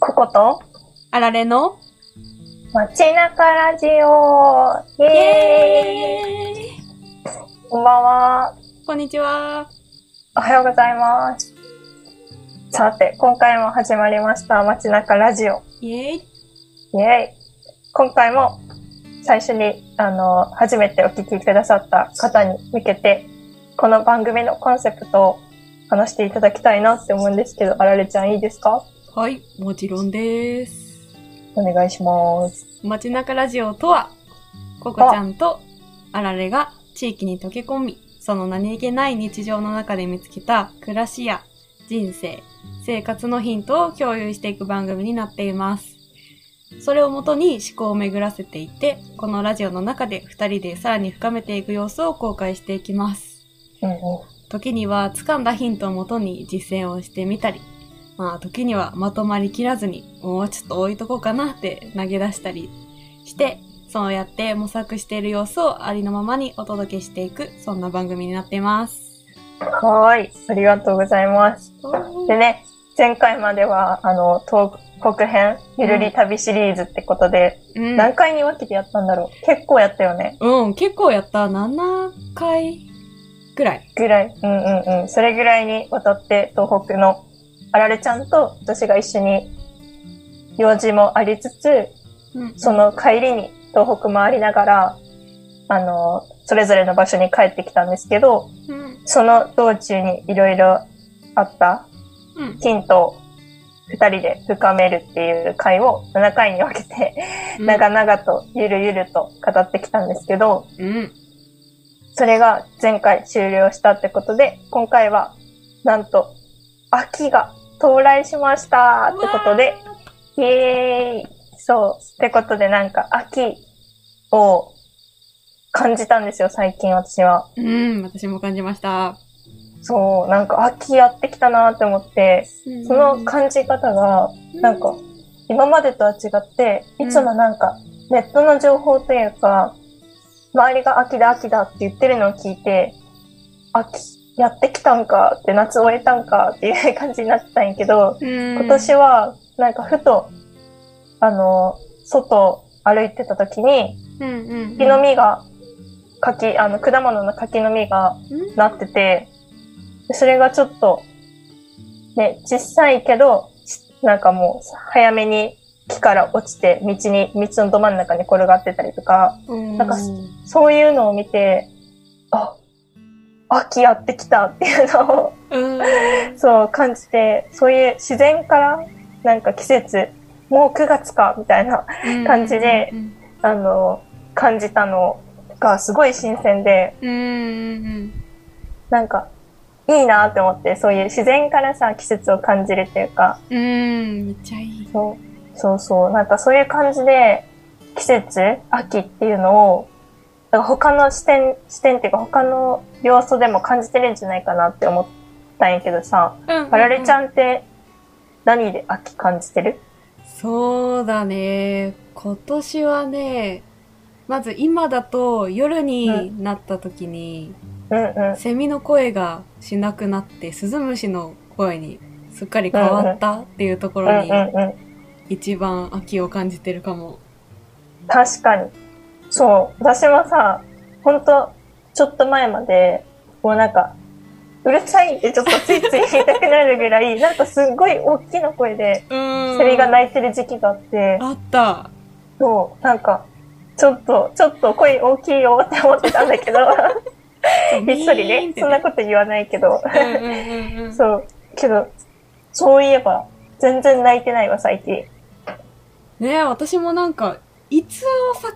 ココとあられの街中ラジオイイエーイエーイこんばんは。こんにちは。おはようございます。さて、今回も始まりました街中ラジオ。イエーイイエーイ今回も最初に、あの、初めてお聞きくださった方に向けて、この番組のコンセプトを話していただきたいなって思うんですけど、あられちゃんいいですかはい、もちろんです。お願いします。街中ラジオとは、ココちゃんとあられが地域に溶け込み、その何気ない日常の中で見つけた暮らしや人生、生活のヒントを共有していく番組になっています。それをもとに思考を巡らせていって、このラジオの中で二人でさらに深めていく様子を公開していきます。うんうん。時には掴んだヒントをもとに実践をしてみたり、まあ時にはまとまりきらずに、もうちょっと置いとこうかなって投げ出したりして、そうやって模索している様子をありのままにお届けしていく、そんな番組になっています。はーい。ありがとうございます。でね、前回までは、あの、東北編、ゆるり旅シリーズってことで、うん、何回に分けてやったんだろう。結構やったよね。うん、結構やった。7回くらい。ぐらい。うんうんうん。それぐらいにわたって、東北のあられちゃんと私が一緒に用事もありつつ、うん、その帰りに東北回りながら、あの、それぞれの場所に帰ってきたんですけど、うん、その道中にいろいろあったうん、ヒントを二人で深めるっていう回を7回に分けて、長々とゆるゆると語ってきたんですけど、うん、それが前回終了したってことで、今回はなんと秋が到来しましたってことで、イエーイそう。ってことでなんか秋を感じたんですよ、最近私は。うん、私も感じました。そう、なんか秋やってきたなって思って、その感じ方がなんか、今までとは違って、いつもなんか、ネットの情報というか、周りが秋だ秋だって言ってるのを聞いて、秋、やってきたんかって、夏終えたんかっていう感じになってたんやけど、うん、今年は、なんかふと、あの、外歩いてた時に、うん、うん、うん、木の実が、柿、あの、果物の柿の実がうんなってて、それがちょっと、ね、小さいけど、なんかもう早めに木から落ちて道に、道のど真ん中に転がってたりとか、うん、なんかそういうのを見て、あ、秋やってきたっていうのを、うん、そう感じて、そういう自然から、なんか季節、もう9月か、みたいな、感じでうんあの、感じたのがすごい新鮮で、うんうんなんか、いいなって思って、そういう自然からさ、季節を感じるっていうか、うんうんめっちゃいいそう、そうそう、なんかそういう感じで、季節、秋っていうのを、なんか他の視点、視点っていうか他の要素でも感じてるんじゃないかなって思ったんやけどさ、ああられちゃんんって何で秋感じてるそうだね今年はねまず今だと夜になった時に、うんうん。セミの声がしなくなってスズムシの声にすっかり変わったっていうとこうんろにうんうん。一番秋を感じてるかも確かに。そう。私もさ、ほんと、ちょっと前まで、もうなんか、うるさいってちょっとついつい言いたくなるぐらい、なんかすっごい大きな声で、うんセミが鳴いてる時期があって、あったそう、なんか、ちょっと、ちょっと声大きいよって思ってたんだけど、ひっそりね、そんなここと言わないけど、とうんうんうんうんそう、けど、そういえば、全然泣いてないわ、最近。ねえ、私もなんか、いつを境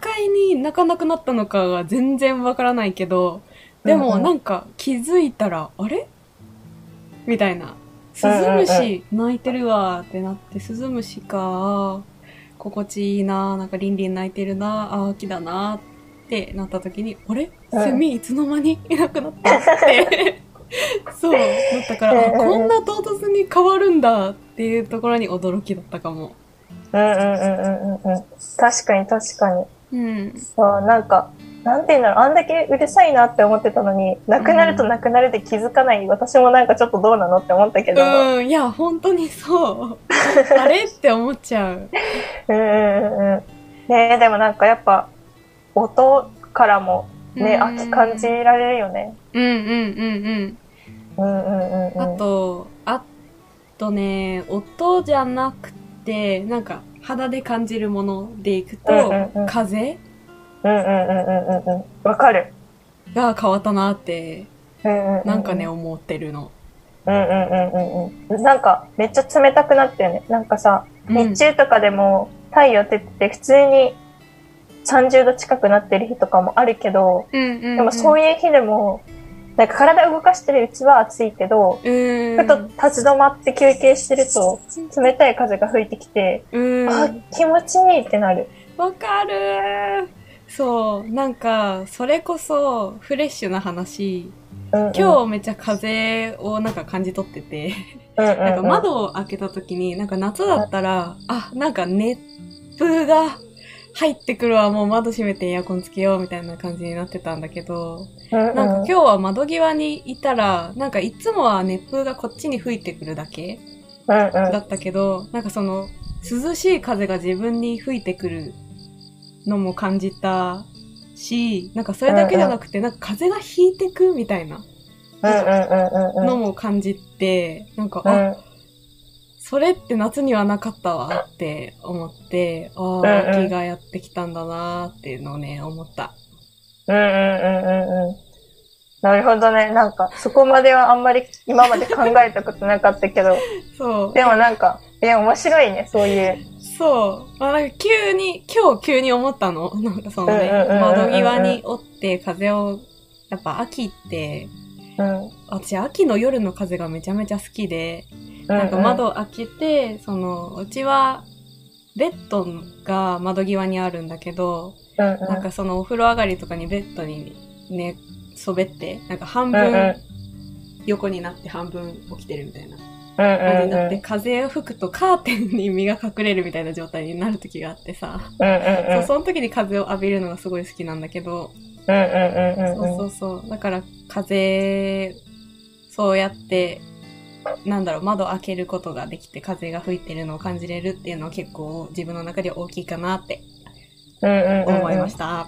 に泣かなくなったのかが全然わからないけど、でうんもうんなんか気づいたら、あれみたいな。スズムシ泣いてるわーってなって、スズムシかー、心地いいなー、なんかリンリン泣いてるなー、あー秋だなーってなった時に、あれうんセミいつの間にいなくなっ たって。そう、なったから、あ、うんうんうんこんな唐突に変わるんだっていうところに驚きだったかも。うんうんうんうんうんうん。確かに確かに。うん。そう、なんか、なんて言うんだろう、あんだけうるさいなって思ってたのに、なくなるとなくなるで気づかない、私もなんかちょっとどうなのって思ったけど、うん、いや、本当にそう。 あれって思っちゃう。うんうんうん。ねえ、でもなんかやっぱ、音からもね、うん秋感じられるよね。うんうんうんうん。うんうんうん。あ、と、あとね、音じゃなくて、なんか、肌で感じるものでいくと、うんうんうん風うんうんうんうんうんうん。わかる。が変わったなって、うんうん。なんかね、。思ってるの。うんうんうんうんうん。なんか、めっちゃ冷たくなったよね。なんかさ、うん日中とかでも太陽出てて、普通に30度近くなってる日とかもあるけど、うんうんうん、でもそういう日でも、なんか体動かしてるうちは暑いけど、うん。ふと立ち止まって休憩してると、冷たい風が吹いてきて、うん。あ、気持ちいいってなる。わかるーそう、なんか、それこそ、フレッシュな話。うんうん、今日めっちゃ風をなんか感じ取ってて、うんうんうん、なんか窓を開けた時に、なんか夏だったら、あ、なんか熱風が入ってくるわ、もう窓閉めてエアコンつけようみたいな感じになってたんだけど、うんうん、なんか今日は窓際にいたら、なんかいつもは熱風がこっちに吹いてくるだけうんうんだったけど、なんかその、涼しい風が自分に吹いてくるのも感じたし、なんかそれだけじゃなくて、なんか風が引いてくみたいなうんうんうんうんのも感じて、なんか、うあ、んそれって夏にはなかったわって思って、あうんあ、うん秋がやってきたんだなーっていうのをね、思った。うんうんうんうん。なるほどね。なんか、そこまではあんまり今まで考えたことなかった けど、そう。でもなんか、いや、面白いね、そういう。そう。まあなんか急に、今日急に思ったの。 なんかそのうねんうんうんうんう、ん窓際におって風を、やっぱ秋って、うん。私秋の夜の風がめちゃめちゃ好きで、なんか窓を開けて、その、うちは、ベッドが窓際にあるんだけど、うんうん、なんかそのお風呂上がりとかにベッドにね、そべって、なんか半うんうん分横になって半分起きてるみたいうなん感じうんうにんなって、風を吹くとカーテンに身が隠れるみたいな状態になる時があってさ、うんうんうそうんその時に風を浴びるのがすごい好きなんだけど、うんうんうんうんそうそうそう。だから風、そうやって、なんだろう、窓開けることができて風が吹いてるのを感じれるっていうのは結構自分の中で大きいかなってうんうんうん思いました。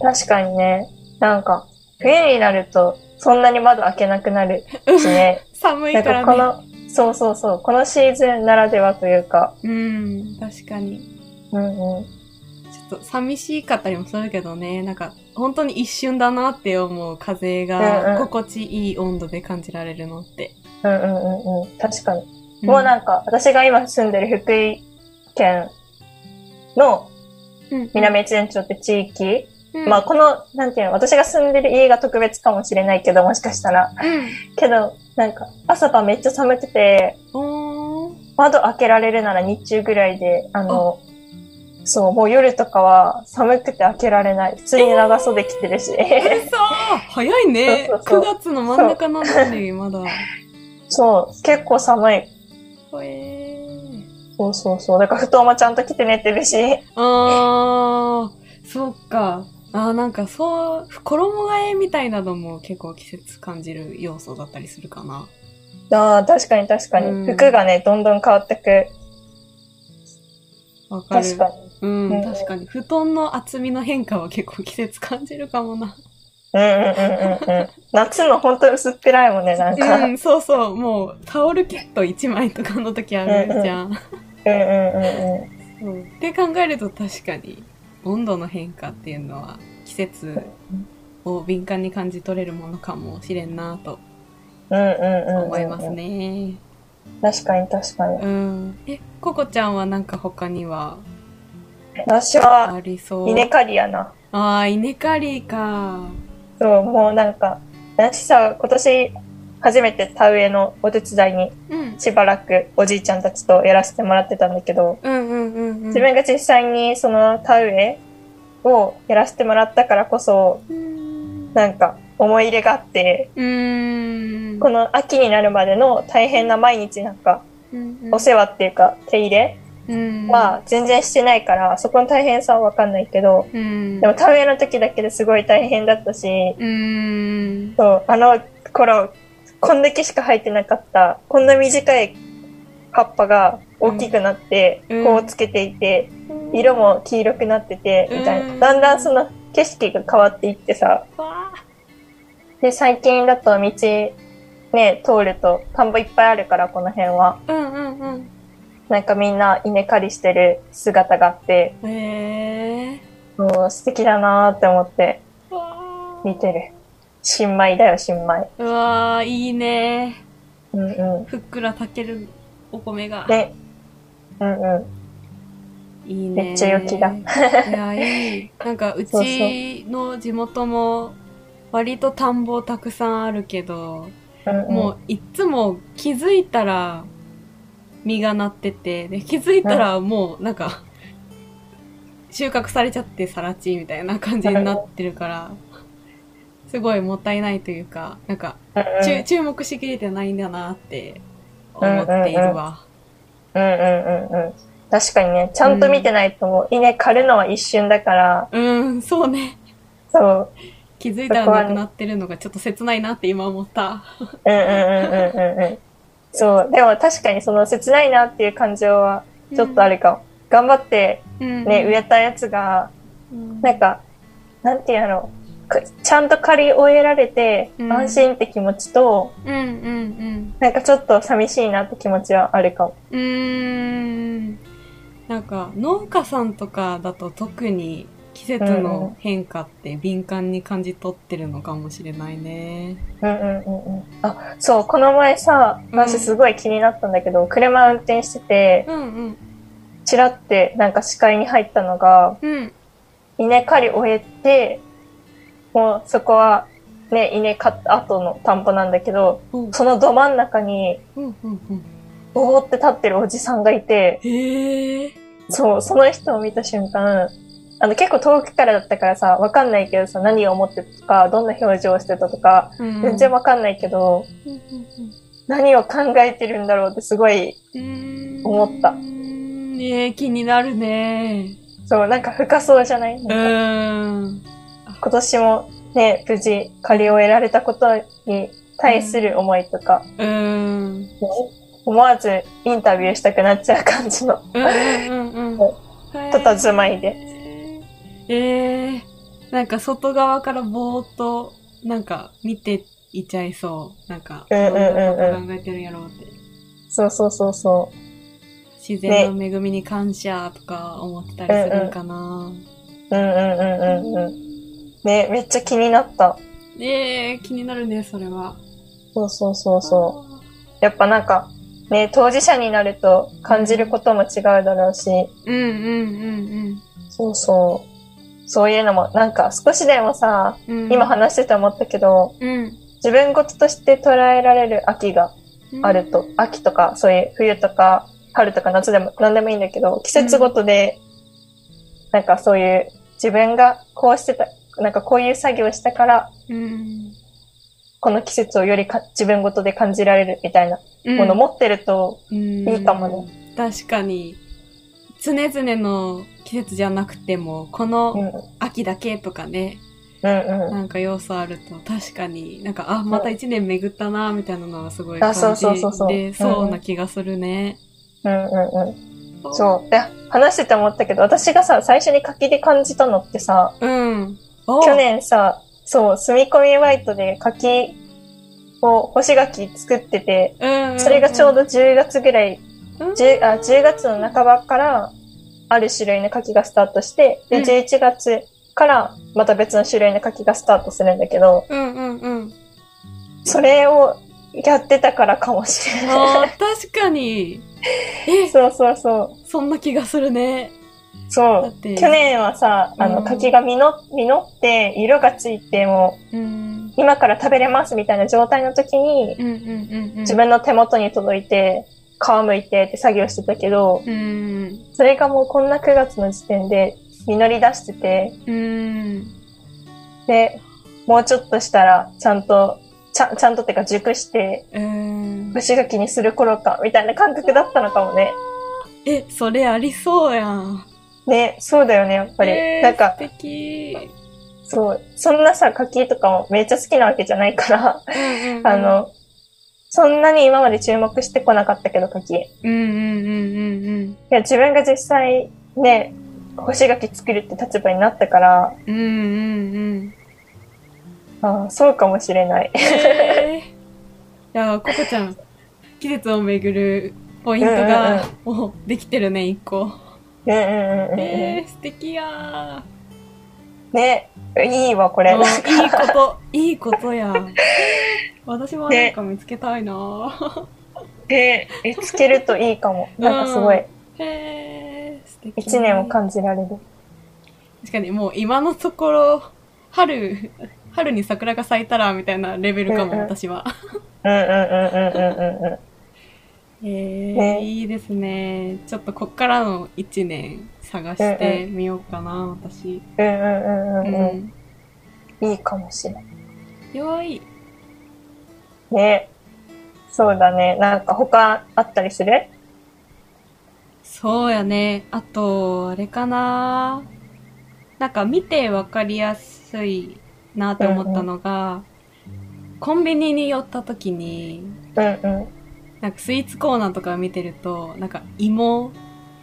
確かにね。なんか、冬になると、そんなに窓開けなくなるしね。寒 いなんからかね。この、そうそうそう、このシーズンならではというか、うん、確かに。うんうん。ちょっと寂しかったりもするけどね、なんか本当に一瞬だなって思う風うんうがん心地いい温度で感じられるのって。うんうんうんうん。確かに。もうなんんか、私が今住んでる福井県のうん、南越前町って地域、うん、まあこの、なんていうの、私が住んでる家が特別かもしれないけど、もしかしたら。うん、けど、なんか、朝晩めっちゃ寒くて、おー窓開けられるなら日中ぐらいで、あの、そう、もう夜とかは寒くて開けられない。普通に長袖着てるし。嘘早いね。そうそうそう9月の真ん中なのに、まだ。そう、結構寒い。ほえー。そうそうそう。だから布団もちゃんと着て寝てるし。あー、そっか。あー、なんかそう、衣替えみたいなのも結構季節感じる要素だったりするかな。ああ、確かに確かに。うん服がね、どんどん変わってく。わかる。確かに。うん、うん確かに。布団の厚みの変化は結構季節感じるかもな。うんうんうんうん うん。夏の本当薄っぺらいもんね、なんか。ううんん、そうそう。もう、タオルケット1枚とかの時あるじゃん。うんうんうん。うんって考えると確かに、温度の変化っていうのは、季節を敏感に感じ取れるものかもしれんなとうんうんうんうん。思います。ね。確かに確かに。うん。え、ココちゃんはなんか他には私は、ありそう。稲刈りやな。ああ、稲刈りか。そう、もうなんか、私さ、今年初めて田植えのお手伝いにうん。しばらくおじいちゃんたちとやらせてもらってたんだけど、うんうんうんうん。自分が実際にその田植えをやらせてもらったからこそ、うん。なんか思い入れがあって、うーん。この秋になるまでの大変な毎日なんか、お世話っていうか手入れうんは全然してないから、そこの大変さはわかんないけど、うん。でも田植えの時だけですごい大変だったし、うん。そう、あの頃、こんだけしか入ってなかった、こんな短い葉っぱが大きくなって、うんこうつけていて、色も黄色くなってて、みたいな。うんだんだんその景色が変わっていってさ、わで、最近だと道、ね、通ると、田んぼいっぱいあるから、この辺は。ーうんうんなんかみんな稲刈りしてる姿があって、うん。へえもう素敵だなーって思ってー。わー見てる。新米だよ、新米。うわー、いいねうんうふっくら炊けるお米がん。。で、うんうん。いいねめっちゃ良きだいや、いい。なんか、うそうちの地元も、割と田んぼたくさんあるけど、うんうん、もういっつも気づいたら実がなってて、で気づいたらもうなんか、収穫されちゃってさらちみたいな感じになってるから、すごいもったいないというか、なんか、うんうん、ちゅ注目しきれてないんだなって思っているわ。うんうんうんうん。確かにね、ちゃんと見てないともう稲刈るのは一瞬だから、うん、そうね。そう。気づいたらなくなってるのがちょっと切ないなって今思った。うんうんうんうんうんうん。そう。でも確かにその切ないなっていう感情はちょっとあるかも。頑張ってうん。ね、植えたやつが、うん、なんか、なんていうの、くちゃんと刈り終えられてうん安心って気持ちと、うんうんなんかちょっと寂しいなって気持ちはあるかも。うん。うーん。なんか農家さんとかだと特に季節の変化って敏感に感じ取ってるのかもしれないね。うんうんうんうん。あ、そう、この前さ、うん私すごい気になったんだけど、車運転してて、うんうん。チラってなんか視界に入ったのが、うん。稲刈り終えて、もうそこはね、稲刈った後の田んぼなんだけど、うんそのど真ん中に、うんうんうん。ぼーって立ってるおじさんがいて、へえ。そう、その人を見た瞬間、あの結構遠くからだったからさ、わかんないけどさ、何を思ってたとか、どんな表情をしてたとか、うん全然わかんないけど、うんうんうん何を考えてるんだろうってすごい、うーん思ったうんねえ、気になるね。そう、なんか深そうじゃない、うーん。今年もね、無事借りを得られたことに対する思いとか、うーん。思わずインタビューしたくなっちゃう感じの。うん うんうんこうん。たたずまいでえー。えー、なんか外側からぼーっと、なんか見ていちゃいそう。なんか、うんうんうんうんどなこと考えてるんやろうって。そうそうそうそう。自然の恵みに感謝とか思ってたりするんかな。うんうんうんうんうん。ね、めっちゃ気になった。ええー、気になるね、それは。そうそうそうそう。やっぱなんか、ね、当事者になると感じることも違うだろうし、う。うんうんうんそうそう。そういうのも、なんか少しでもさ、うん。うん、今話してて思ったけど、うん、自分事として捉えられる秋があると、秋とか、そういう冬とか、春とか夏でも何でもいいんだけど、季節ごとで、なんかそういう自分がこうしてた、なんかこういう作業したから、うん。この季節をよりか自分ごとで感じられるみたいなうん。もの持ってると、いいいかもね。確かに。常々の季節じゃなくても、こうん、うのん、秋だけとかね、うん。なんか要素あると、確かになんか、あ、また一年巡ったな、みたいなのはすごい感あじそうそうそうそうでそうな気がするね。うん、うん、うん。そう。で、話してて思ったけど、私がさ、最初に柿で感じたのってさ、う。うん。去去。年さ、そう、住み込みバイトで柿を、干し柿作ってて、うん、うん。それがちょうど10月ぐらいうん、 10, あ10月の半ばからある種類の柿がスタートして、うんで、11月からまた別の種類の柿がスタートするんだけど、うんうんうん。 それをやってたからかもしれなあー確かに。い。 そうそうそそんな気がするね。う。そだっう。て。去。年はさ、あうの、ん柿が実実って、色がついて、もううん。今から食べれますみたいな状態の時にう、んうんうんうん。自分の手元に届いて、皮むいてって作業してたけど、うん。それがもうこんな9月の時点で実り出してて、うん。で、もうちょっとしたら、ちゃんと、ちゃん、ちゃんとってか熟して、うん。蒸し柿にする頃か、みたいな感覚だったのかもね。え、それありそうやん。やっね、そうだよね、やっぱり。なんか、素敵。そう、そんなさ、柿とかもめっちゃ好きなわけじゃないから、うんうんうんあ、の、そんなに今まで注目してこなかったけど、書き。いうんうんうんうんや、自分が実際ね、干し柿作るって立場になったから、うん。うんうん うん。ああ、そうかもしれ ない。えー、いやー、ココちゃん、季節をめぐるポイントが、もうできてるね、一個。うんうんうんうんうえー、素敵やん。ね、いいわ、こー。れ。あーいいこと、いいことや。 私もなんか見つけたいなー。え、見つけるといいかも。なんかすごい、へー、素敵。一年を感じられる。確かにもう今のところ、春、春に桜が咲いたらみたいなレベルかも、うんうん私は。うんうんうんうんうんうん。えーねいいですね。ちょっとこっからの1年探してみようかな、私。うんうんうんううんうんん。いいかもしれない。よーい。ね。そうだね。なんか他あったりするそうやね。あと、あれかな。なんか見てわかりやすいなって思ったのが、コンビニに寄った時に、うんうん。うんなんかスイーツコーナーとかを見てると、なんか芋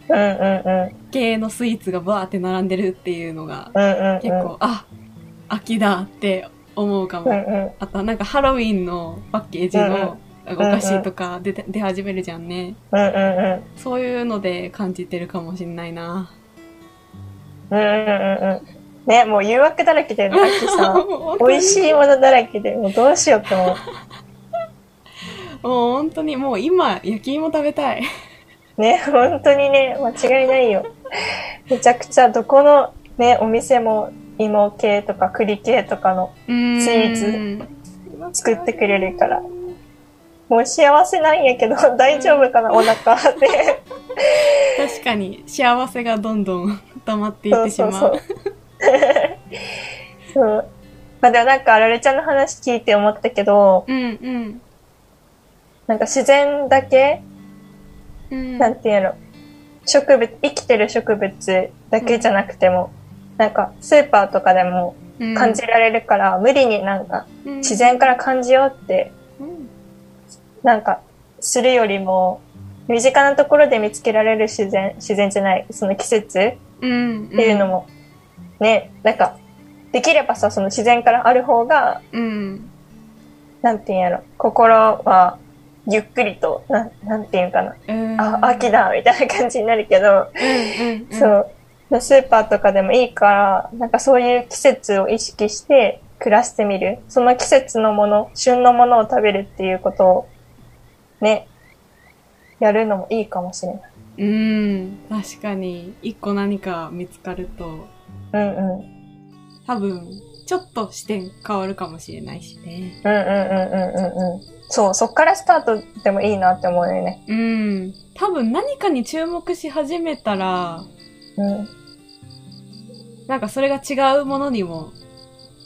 うんうん。系のスイーツがバーって並んでるっていうのがうんうんうん。結構、あ秋だって思うかも、うんうん。あとなんかハロウィンのパッケージのお菓子とか出て出始めるじゃんねうんうんうん。そういうので感じてるかもしんないなうんうんうんうん。ね、もう誘惑だらけだよね、秋 さ。もう美味しいいものだらけで、もうどうしようって思もう本当にもう今焼き芋食べたいう。ね、本当にね、間違いないよ。めちゃくちゃどこのね、お店も芋系とか栗系とかの、うーんスイー作ってくれるからもう幸せなんやけど、大丈夫かな、お腹 って。確かに幸せがどんどん溜まっていっそうてしそうまそうう。 そう。まあでもなんか、あられちゃんの話聞いて思ったけど、うんうんなんか自然だけ、うんなんていうの、植物、生きてる植物だけじゃなくても、なんかスーパーとかでもうん感じられるから、無理になんかうん自然から感じようって、うんなんかするよりも、身近なところで見つけられる自然、自然じゃない、その季節うんっていうのも、ね、なんか、できればさ、その自然からある方が、うんなんていうんやろ、心は、ゆっくりと、なん、なんていうんかな、うんあ、秋だ、みたいな感じになるけど、うんうんそう、スーパーとかでもいいから、なんかそういう季節を意識して暮らしてみる。その季節のもの、旬のものを食べるっていうことを、ね、やるのもいいかもしれない。うん、確かに、一個何か見つかると、うんうん。うん多分、ちょっと視点変わるかもしれないしね。うんうんうんうんうんうん。そう、そっからスタートでもいいなって思うよね。うん、多分何かに注目し始めたら、うん。なんかそれが違うものにも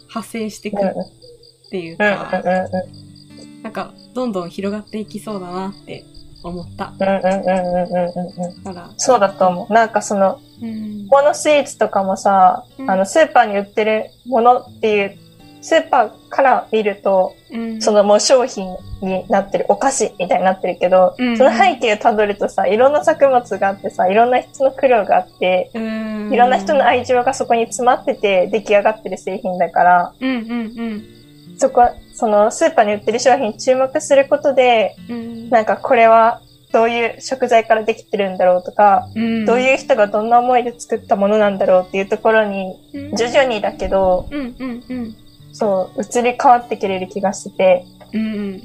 派生してくうんうんっていううんか、うなんかどんどん広がっていきそうだなって思ったんうんうんうんうんうんうんうん。から。そうだと思う。なんかその、うん。このスイーツとかもさ、うんあの、スーパーに売ってるものっていう、スーパーから見ると、うん、そのもう商品になってる、お菓子みたいになってるけど、うんその背景をたどるとさ、いろんな作物があってさ、いろんな人の苦労があって、うん、いろんな人の愛情がそこに詰まってて出来上がってる製品だから、うんうんうんそこ、そのスーパーに売ってる商品に注目することで、うん。なんかこれはどういう食材からできてるんだろうとか、うん、どういう人がどんな思いで作ったものなんだろうっていうところに、うん、徐々にだけど、うんうんうん。そう、移り変わってくれる気がしてて、うんうん。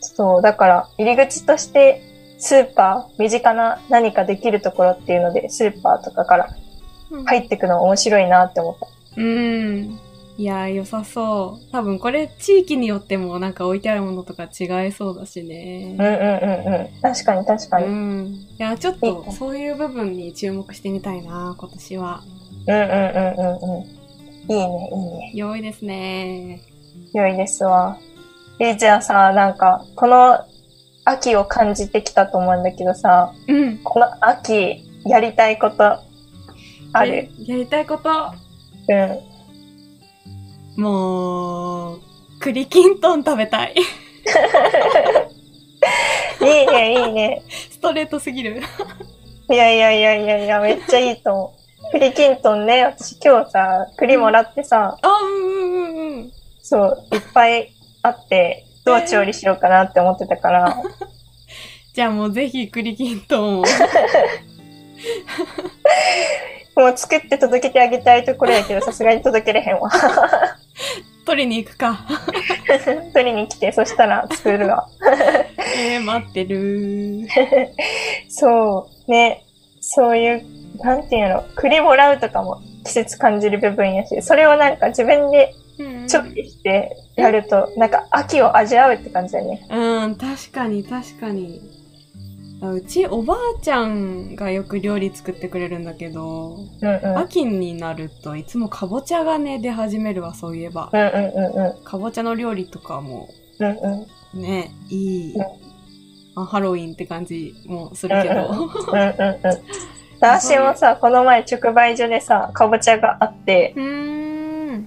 そう、だから、入り口として、スーパー、身近な何かできるところっていうので、スーパーとかからうん入ってくの面白いなって思った。うん。いやー、良さそう。多分これ、地域によってもなんか置いてあるものとか違いそうだしうんね。うんうんうん。確かに確かに。ううんん。いやー、ちょっいいとねそういう部分に注目してみたいな、今年は。うんうんうんうん。いいね、いいね。良いですね。良いですわ。えー、じゃあさ、なんか、この秋を感じてきたと思うんだけどさ、うん。この秋、やりたいこと、ある。ややりたいこと、うん。もう、栗きんとん食べたい。いいね、いいね。 ストレートすぎる。いやいやいやいやいや、めっちゃいいと思う。栗きんとんね、私今日さ、栗もらってさ、あ、うんうんうんうん。そう、いっぱいあって、どう調理しようかなって思ってたから、じゃあもうぜひ栗きんとんを。もう作って届けてあげたいところやけど、さすがに届けれへんわ。 取りに行くか。取りに来て、そしたら作るわ。えー、待ってる。そう、ね、そういう、なんていうの、栗もらうとかも季節感じる部分やし、それをなんか自分で うん調理してやると、なんか秋を味わうって感じだね。うん、確かに確かに。あうちおばあちゃんがよく料理作ってくれるんだけど、うんうん。うん秋になるといつもかぼちゃがね、出始めるわ、そういえばう。んうんうん。かぼちゃの料理とかもうんうん。ね、いいうん。あハロウィンって感じもするけど。うんうんうん。私もさ、この前直売所でさ、かぼちゃがあって、うーん。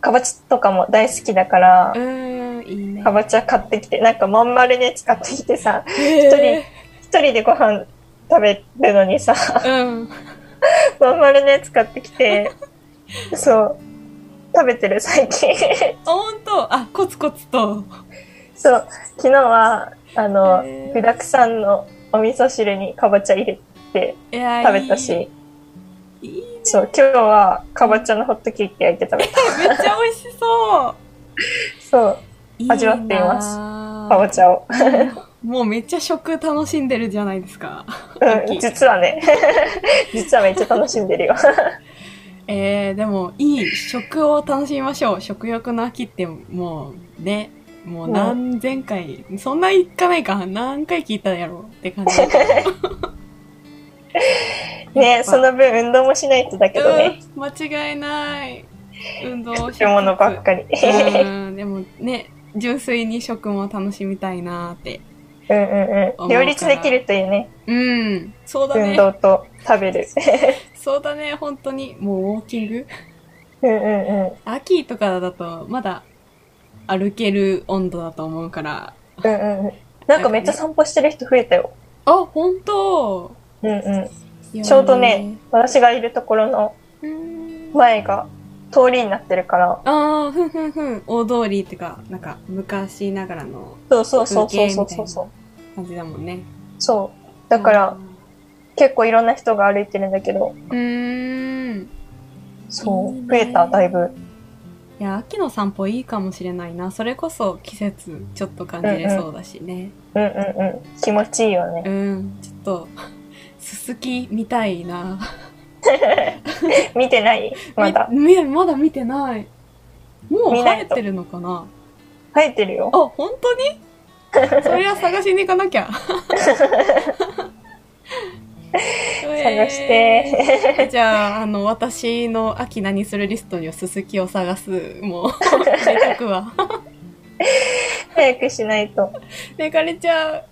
かぼちゃとかも大好きだからう、ーん、いいね。かぼちゃ買ってきて、なんかまん丸で使ってきてさ、一人一人でご飯食べるのにさ、 うん。まん丸で使ってきて、そう、食べてる最近。 あ、ほんとあ、コツコツと。そう、昨日は、あのへー、具沢山のお味噌汁にかぼちゃ入れていや食べたし、いいいいそう、今日はかぼちゃのホットケーキ焼いて食べた。めっちゃ美味しそう。そう、い い味わっていますなあかぼちゃを。もうめっちゃ食楽しんでるじゃないですか。う秋ん、実はね、 実はめっちゃ楽しんで るよ。えー、でもいい食を楽しみましょう。食欲の秋ってもうね、もう何千回、そんな行かないか、何回聞いたやろうって感じ。ね、その分運動もしないとだけどね、うん、間違いない。運動をし食物ばっかり。うん、でもね、純粋に食も楽しみたいなーって。うんうん思う。うんから両立できるというね、うん、そうだ運ね。動と食べる。 そうだね、本当に。もうウォーキングうんうんうん。秋とかだとまだ歩ける温度だと思うから。うんうんうん。なんかめっちゃ散歩してる人増えたよ。あ、本当うんうん。ちょうどね、私がいるところのいやー。うーん前が通りになってるから、ああ、ふんふんふん。大通りってか、なんか昔ながらのそうそうそうそう風景そみうたいなそうそう。感じだもんね。そう。だから、結構いろんな人が歩いてるんだけど、うーん。そいいねう、増えた、だいぶ。いや、秋の散歩いいかもしれないな。それこそ季節ちょっと感じれそうだしね。うんうんうん。気持ちいいよね。うん、ちょっと、すすき見たいな。見てないまだ。みみまだ見てない。もう見な生えいとてるのかな生えてるよあ、。本当にそれは探しに行かな きゃ。探してて。じゃあ、あの、私の秋何するリストにはすすきを探す、 もう、入れとくわ。早くしないと。ねかれちゃう。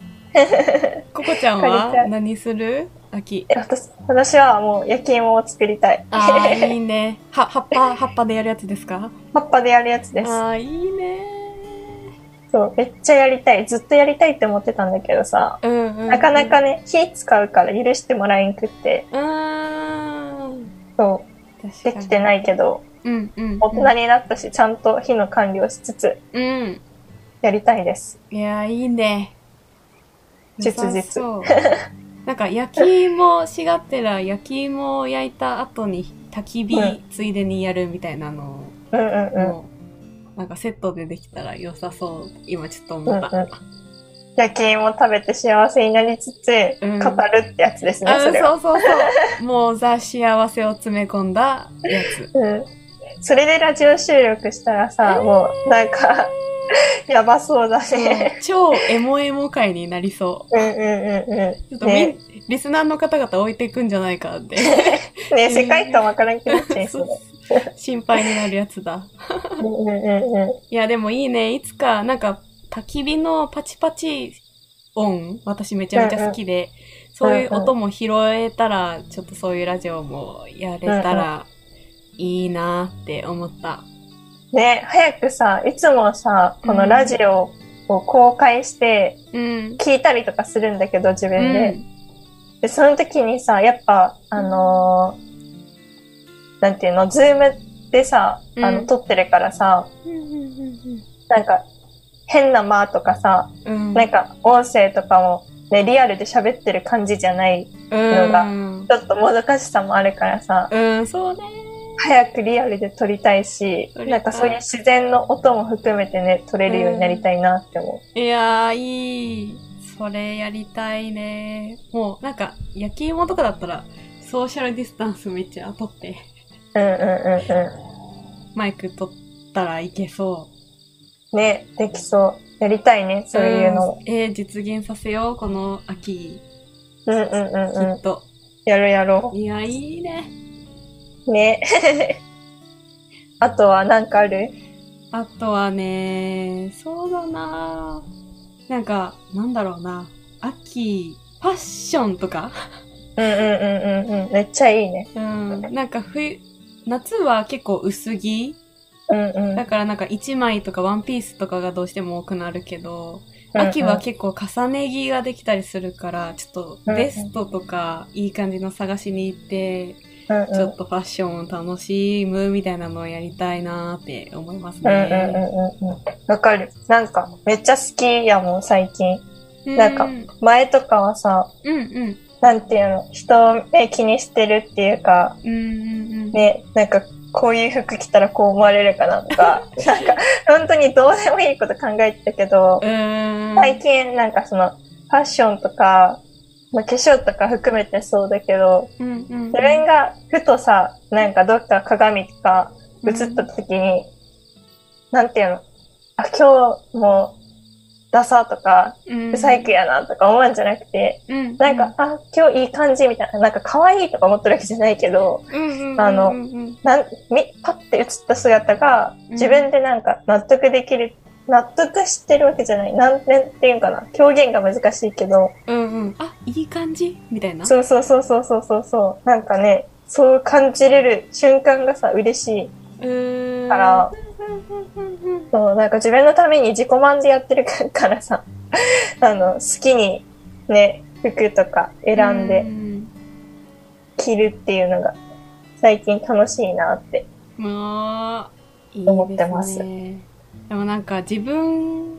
ここちゃんかれちゃはう何する秋。 え私私はもう焼き芋を作りたい。ああ、いいね。は、葉っぱ、葉っぱでやるやつですか 葉っぱでやるやつです。ああ、いいね。そう、めっちゃやりたい。ずっとやりたいって思ってたんだけどさ、うん、うん。なかなかね、火使うから許してもらえんくって、うーん。そ確う、かでに。きてないけど、うん、うんうん。大人になったし、ちゃんと火の管理をしつつ、うん。やりたいです。いやー、いいね。切実良さ そう。なんか、焼き芋しがってら、焼き芋を焼いた後に、焚き火うんついでにやるみたいなのうんうんを、うん。もうなんかセットでできたら良さそう。今ちょっとうん思うっんた。、焼き芋食べて幸せになりつつ、うん語るってやつですね、あそれは。そうそうそう。もう、ザ・幸せを詰め込んだやつ。うん。それでラジオ収録したらさ、もう、なんか、 やばそうだね。超エモエモ会になりそう。うんうんうんうん。ちょっとみん、ねリスナーの方々置いていくんじゃないかって。 ね世界観わからんけど、ね、 そう心配になるやつだ。うんうんうんうん。いや、でもいいね。いつか、なんか、焚き火のパチパチ音、私めちゃめちゃ好きで、そういう音も拾えたら、ちょっとそういうラジオもやれたらいいなって思った。ね、早くさ、いつもさ、このラジオを公開してうん。聞いたりとかするんだけど、自う分で。ん。で、その時にさ、やっぱ、あのーなんていうの、ズームでさ、あうの、ん撮ってるからさ、なんか、変な間とかさ、うん。なんか、音声とかも、ね、リアルで喋ってる感じじゃない、うんち。ょっともどかしさもあるからさ、うん、そうね。早くリアルで撮りたいし、撮りたいなんかそういう自然の音も含めてね、撮れるようになりたいなって思いやー、いい。それやりたいね。もう、なんか、焼き芋とかだったら、ソーシャルディスタンスめっちゃ取って、う。うんうんうんうん。マイク取ったらいけそね、できそう。やりたいね、う。そういうのを。んえー、実現させよう、この秋、うんうんうんきうっん。と。やろうやろいや、いいね。う。ね。 あとはなんかあるあとはね、そうだななんか、なんだろうな。秋、ファッションとかうんうんうんうんうん。めっちゃいいね。うん。なんか冬、夏は結構薄着うんうん。だからなんか1枚とかワンピースとかがどうしても多くなるけど、秋は結構重ね着ができたりするから、ちょっとベストとかいい感じの探しに行って、うんうんちょっとファッションを楽しむみたいなのをやりたいなーって思いますうんうんうんね。うんうん。わかる。なんか、めっちゃ好きやもん、最近。うんなんかうん前とかはさ、うん。なんていうの、人をね、気にしてるっていうか、うんうんうん。ね、なんか、こういう服着たらこう思われるかなと か、なんか、本当にどうでもいいこと考えてたけど、うーん。最近なんかそのファッションとか、まあ、化粧とか含めてそうだけどうんうんうん自分がふとさなんかどっか鏡とか映った時に、なんていうのあ今日もダサとかうん不細工やなとか思うんじゃなくて、うんなんか、あ今日いい感じみたいななんか可愛いとか思ってるわけじゃないけどうんうんうんうんあのうんなんみパッて映った姿が自分でなんか納得できる、納得してるわけじゃないなんなんていうんかな表現が難しいけどうん。あ、いい感じみたいな。そうそうそうそうそうそうそう。なんかね、そう感じれる瞬間がさ、嬉しい。うーん。からうんうんうんそう、なんか自分のために自己満でやってるからさ、あの、好きにね、服とか選んうでん。着るっていうのが、最近楽しいなって。まあ、いいですね。思ってますでもなんか自分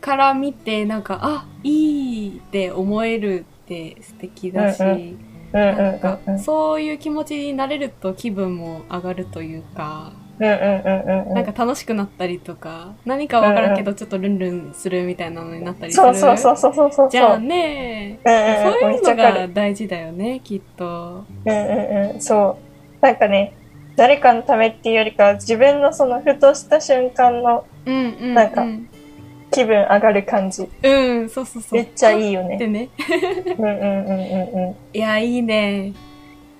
から見て、なんか、あ、いいって思えるって素敵だし、うんううんうんなんかうんうん。そういう気持ちになれると気分も上がるというか、うんうんうんうんうなんん。か楽しくなったりとか、何かわからんけどちょっとルンルンするみたいなのになったりする。そうそうそうそうそうそう。じゃあね、うんそううんうん。いめっうちゃのわかるが大事だよね、きっと。うんうんうん。そう。なんかね、誰かのためっていうよりかは、自分のそのふとした瞬間のうんうん、うん。なんか気分上がる感じ。うん、そうそうそう。めっちゃいいいよっね。てね。うんうんうんうんういや、いいね。ん。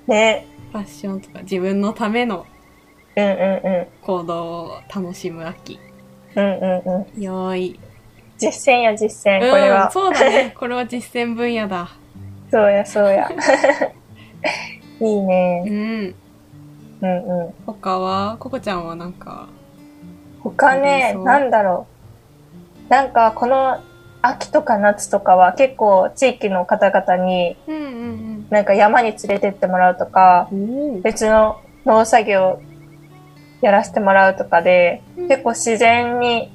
ね。ファッションとか自分のためのうんうんうん。行動を楽しむ秋。うんうんうん。よーい。実践や実践、うん、これは。そうだ ね。これは実践分野だ。そうやそう や。いいうね。ん。うんうん。他は、ココちゃんはなんか、他うね、んそうなんだろう。なんかこの秋とか夏とかは結構地域の方々にうんうんなんか山に連れてってもらうとか、うん。おー別の農作業やらせてもらうとかで、うん結構自然に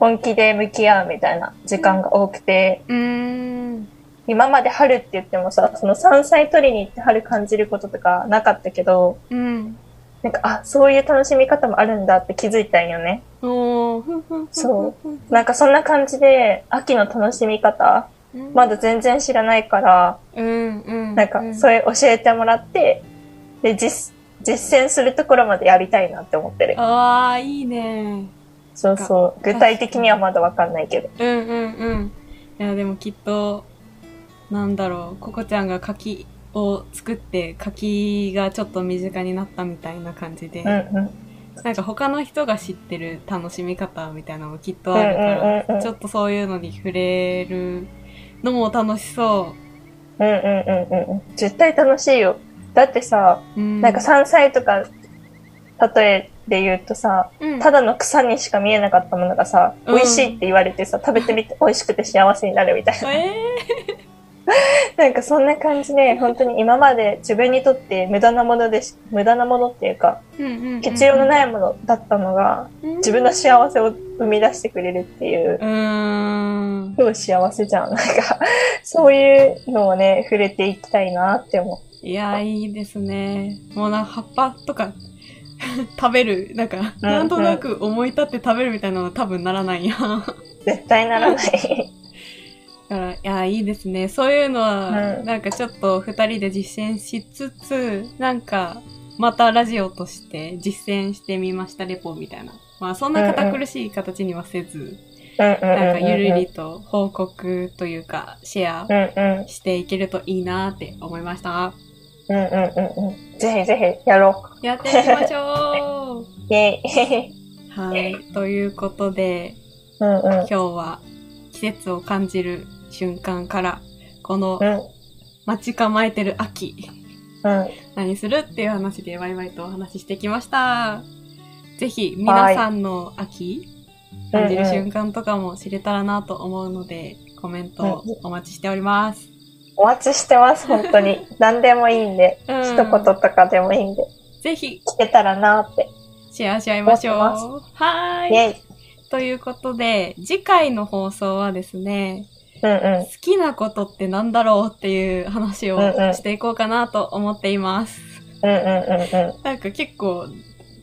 本気で向き合うみたいな時間が多くて、うーん。今まで春って言ってもさ、その山菜取りに行って春感じることとかなかったけど、うん。なんか、あ、そういう楽しみ方もあるんだって気づいたんよね。おーふんふんふんふんふん。そなんかそんな感じで、秋の楽しみ方、うん。まだ全然知らないから、うんうん。なんか、それ教えてもらって、で、実、実践するところまでやりたいなって思ってる。ああ、いいね。そうそう。具体的にはまだわかんないけど。うんうんうん。いや、でもきっと、なんだろう、ココちゃんが柿を作って、柿がちょっと身近になったみたいな感じで、うんうん。なんか他の人が知ってる楽しみ方みたいなのもきっうとんあるかうら、んうんうん。ちょっとそういうのに触れるのも楽しそうんうんうんうん。絶対楽しいよ。だってさ、う。うん、なんか山菜とか、例えで言うとさ、うんただの草にしか見えなかったものがさ、うん美味しいって言われてさ、食べてみて美味しくて幸せになるみた いな。えなんかそんな感じで、本当に今まで自分にとって無駄なものでし、無駄なものっていうか、ーうんうんうん必要のないものだったのが、自分の幸せを生み出してくれるっていう、うーん。超幸せじゃん。なんか、そういうのをね、触れていきたいなって思いやー、いいですね。もうなんか葉っぱとか 食べる、なんか、うんなんとなく思い立って食べるみたいなのは多分ならないやん。 だう。絶対ならない。 から、いやー、いいですね。そういうのは、うんなんかちょっと二人で実践しつつ、なんか、またラジオとして実践してみました、レポみたいな。まあ、そんな堅苦しい形にはせず、うんうんうんうんなんかうん。ゆるりと報告というか、シェアうんうん。していけるといいなーって思いました。うんうんうんうん。ぜひぜひやろやっていきましょうう。イェイ。 はい。ということで、うんうん今。日は季節を感じる瞬間から、このうん待ち構えてる秋、うん。何するっていう話でワイワイとお話ししてきました。ぜひ皆さんの秋、感じる瞬間とかも知れたらなと思うので、コメントをお待ちしております。お待ちしてます、本当 に。何でもいいんで、うん一言とかでもいいんで、ぜひ聞けたらなって。シェアし合いましょう。待はーイい。ェイ。ということで、次回の放送はですね、うん好きなことってなんだろうっていう話をうんうんしていこうかなと思っています。うん。うんうんうんうん。なんか結構、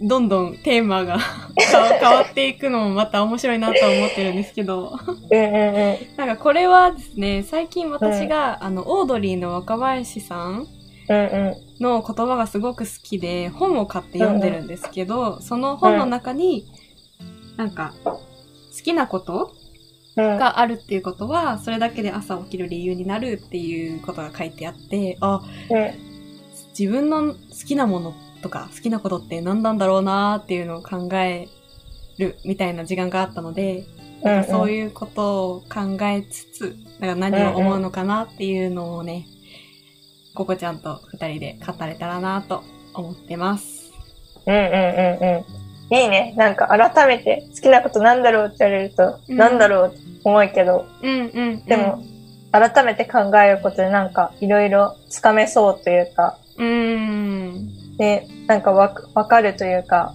どんどんテーマが 変わ変わっていくのもまた面白いなと思ってるんですけうど、んうんうん。なんかこれはですね、最近私が、あの、オードリーの若林さんうんうん。の言葉がすごく好きで、本を買って読んでるんですけど、その本の中に、なんか、好きなことうんがあるっていうことは、それだけで朝起きる理由になるっていうことが書いてあって、あ、うん自分の好きなものとか好きなことって何なんだろうなーっていうのを考えるみたいな時間があったので、うんうん。そういうことを考えつつ、なんか何を思うのかなっていうのをね、ココちゃんと二人で語れたらなと思ってます。うんうんうんうん。いいね。なんか改めて好きなことなんだろうって言われると、うんなんだろうって思うけど、うんうん、うん。でも、改めて考えることでなんかいろいろつかめそうというか、うーん。ね、なんかわかわかるというか、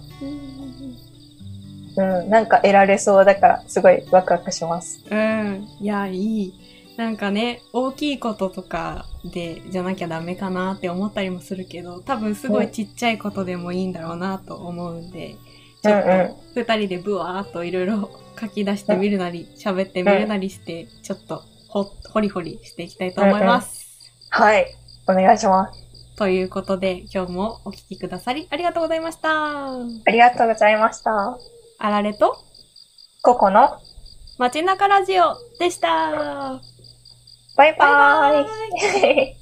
うん、なんか得られそうだから、すごいワクワクします。うん。いや、いい。なんかね、大きいこととかで、じゃなきゃダメかなって思ったりもするけど、多分すごいちっちゃいことでもいいんだろうなと思うんで、ちょっうんうんと二人でブワーっといろいろ書き出してみるなり、喋ってみるなりして、ちょっとほ、ほりほりしていきたいと思います。はい。お願いします。ということで、今日もお聴きくださりありがとうございましあた。りがとうございました。あられと、ココの、街中ラジオでした。バイババイバ イ。